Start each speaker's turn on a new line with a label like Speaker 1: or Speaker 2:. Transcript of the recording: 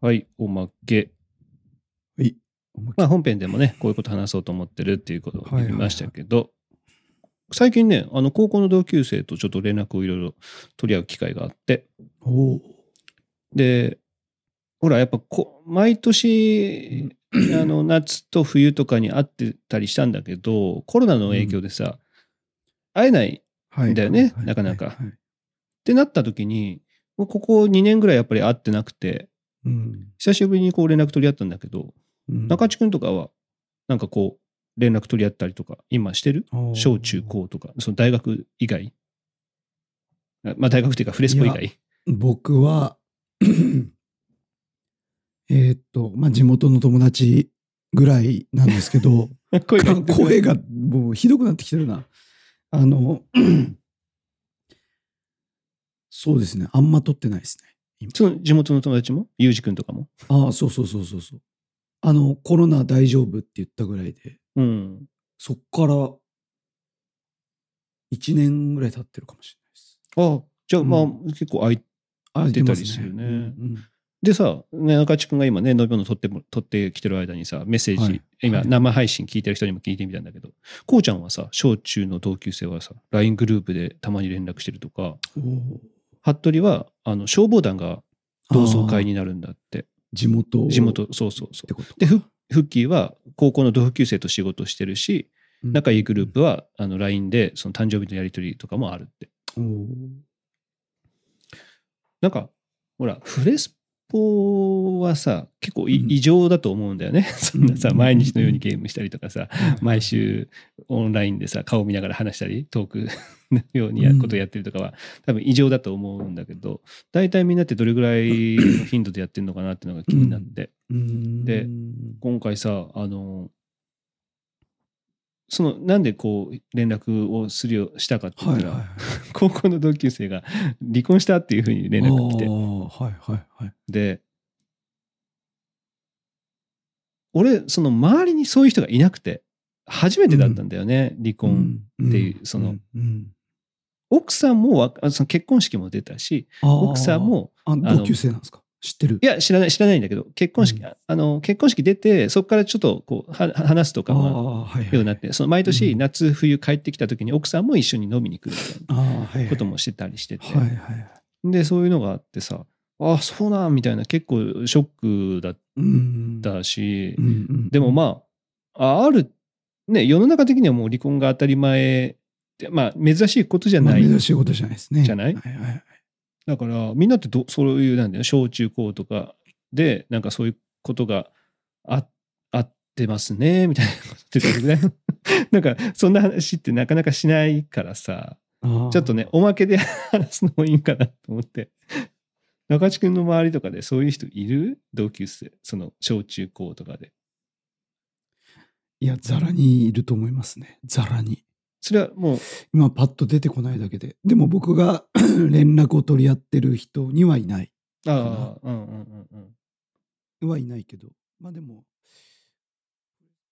Speaker 1: はい、おまけ。まあ、本編でもね、こういうこと話そうと思ってるっていうことを
Speaker 2: はいはい
Speaker 1: 言
Speaker 2: はい
Speaker 1: いましたけど、最近ね、あの高校の同級生とちょっと連絡をいろいろ取り合う機会があって、
Speaker 2: おお。
Speaker 1: で、ほら、やっぱこ毎年、あの夏と冬とかに会ってたりしたんだけど、コロナの影響でさ、会えない
Speaker 2: は
Speaker 1: だよねなかなかってなった時に、もうここ2年ぐらいやっぱり会ってなくて、
Speaker 2: うん。
Speaker 1: 久しぶりにこう連絡取り合ったんだけど、中
Speaker 2: 地
Speaker 1: 地君とかは、なんかこう、連絡取り合ったりとか、今してる小中。高とか、その大学以外あまあ大学っていうかフレスポ以
Speaker 2: い
Speaker 1: 外
Speaker 2: 僕は、 えーっと、まあ、地元の友達ぐらいなんですけど、
Speaker 1: 声が
Speaker 2: 声がもうひどくなってきてるな。あの、 そうですね。あんま撮ってないですね。
Speaker 1: その地元の友達もユージ君とかも。
Speaker 2: ああ、そうそうそうそうそう。あの、コロナ大丈夫って言ったぐらいで、
Speaker 1: うん。
Speaker 2: そっから1年ぐらい経ってるかもしれないです。
Speaker 1: あじゃあ
Speaker 2: うん
Speaker 1: まあ、結構あい
Speaker 2: あ
Speaker 1: 出たりするね
Speaker 2: うん
Speaker 1: でさ、ね、中地君が今ね、飲み物取っても取ってきてる間にさ、メッセージ、
Speaker 2: はい
Speaker 1: 今
Speaker 2: はい
Speaker 1: 生配信聞いてる人にも聞いてみたんだけど、こうちゃんはさ、小中の同級生はさ、LINE グループでたまに連絡してるとか、
Speaker 2: うんおー
Speaker 1: 服部はあの消防団が同窓会
Speaker 2: あー
Speaker 1: になるんだって。
Speaker 2: 地元
Speaker 1: 地元、そうそうそ
Speaker 2: っ
Speaker 1: う
Speaker 2: て。こと
Speaker 1: で、フフッキーは高校の同級生と仕事してるし、仲いいグループはあの LINE でその誕生日のやり取りとかもあるって。
Speaker 2: おー
Speaker 1: なんか、ほら、フレスポはさ、結構い
Speaker 2: うん
Speaker 1: 異常だと思うんだよね。 そんなさ、
Speaker 2: うん
Speaker 1: 毎日のようにゲームしたりとかさ、毎週オンラインでさ、顔見ながら話したり、トーク のようにや
Speaker 2: うん
Speaker 1: ことやってるとかは、多分異常だと思うんだけど、大体みんなってどれぐらいの頻度でやってるのかなっていうのが気になって。
Speaker 2: うーん
Speaker 1: で今回さあのそのなんでこう連絡をするようしたかって言っ
Speaker 2: はい
Speaker 1: た
Speaker 2: は
Speaker 1: ら、
Speaker 2: いはい。
Speaker 1: 高校の同級生が離婚したっていうふうに連絡が来
Speaker 2: あ
Speaker 1: て
Speaker 2: ーはいはいはい。
Speaker 1: で俺その周りにそういう人がいなくて初めてだったんだよね、離婚、っていうその奥さんもわあその結婚式も出たし奥さんも
Speaker 2: あ
Speaker 1: の
Speaker 2: 同級生なんですか知ってる
Speaker 1: いや知らない知らないんだけど結婚式、
Speaker 2: う
Speaker 1: ああの結婚式出てそこからちょっとこうはは話すと
Speaker 2: あ
Speaker 1: か
Speaker 2: ー
Speaker 1: も
Speaker 2: はいはい
Speaker 1: ようになって、その毎年
Speaker 2: うん
Speaker 1: 夏冬帰ってきた時に奥さんも一緒に飲みに来るみたい
Speaker 2: あーはいは
Speaker 1: ないこともしてたりしてて、
Speaker 2: はいはい
Speaker 1: でそういうのがあってさあそうなんみたいな結構ショックだっ
Speaker 2: うん
Speaker 1: たし、
Speaker 2: うんうん
Speaker 1: でもまあああるね世の中的にはもう離婚が当たり前でまあ珍しいことじゃ
Speaker 2: まあ
Speaker 1: ない、
Speaker 2: 珍しいことじゃないですね。
Speaker 1: じゃない
Speaker 2: はいはい
Speaker 1: だからみんなってどそういうなんだよ小中高とかでなんかそういうことがああってますねみたいなことってどれ ぐらいなんかそんな話ってなかなかしないからさ
Speaker 2: あー
Speaker 1: ちょっとね、おまけで話すのもいいかなと思って。中地君の周りとかでそういう人いる同級生。その小中高とかで。
Speaker 2: いや、ざらにいると思いますね。ざらに。
Speaker 1: それはもう、
Speaker 2: 今、パッと出てこないだけで。でも僕が 連絡を取り合ってる人にはいない。
Speaker 1: ああ、うんうんうんうん。
Speaker 2: はいないけど。まあでも、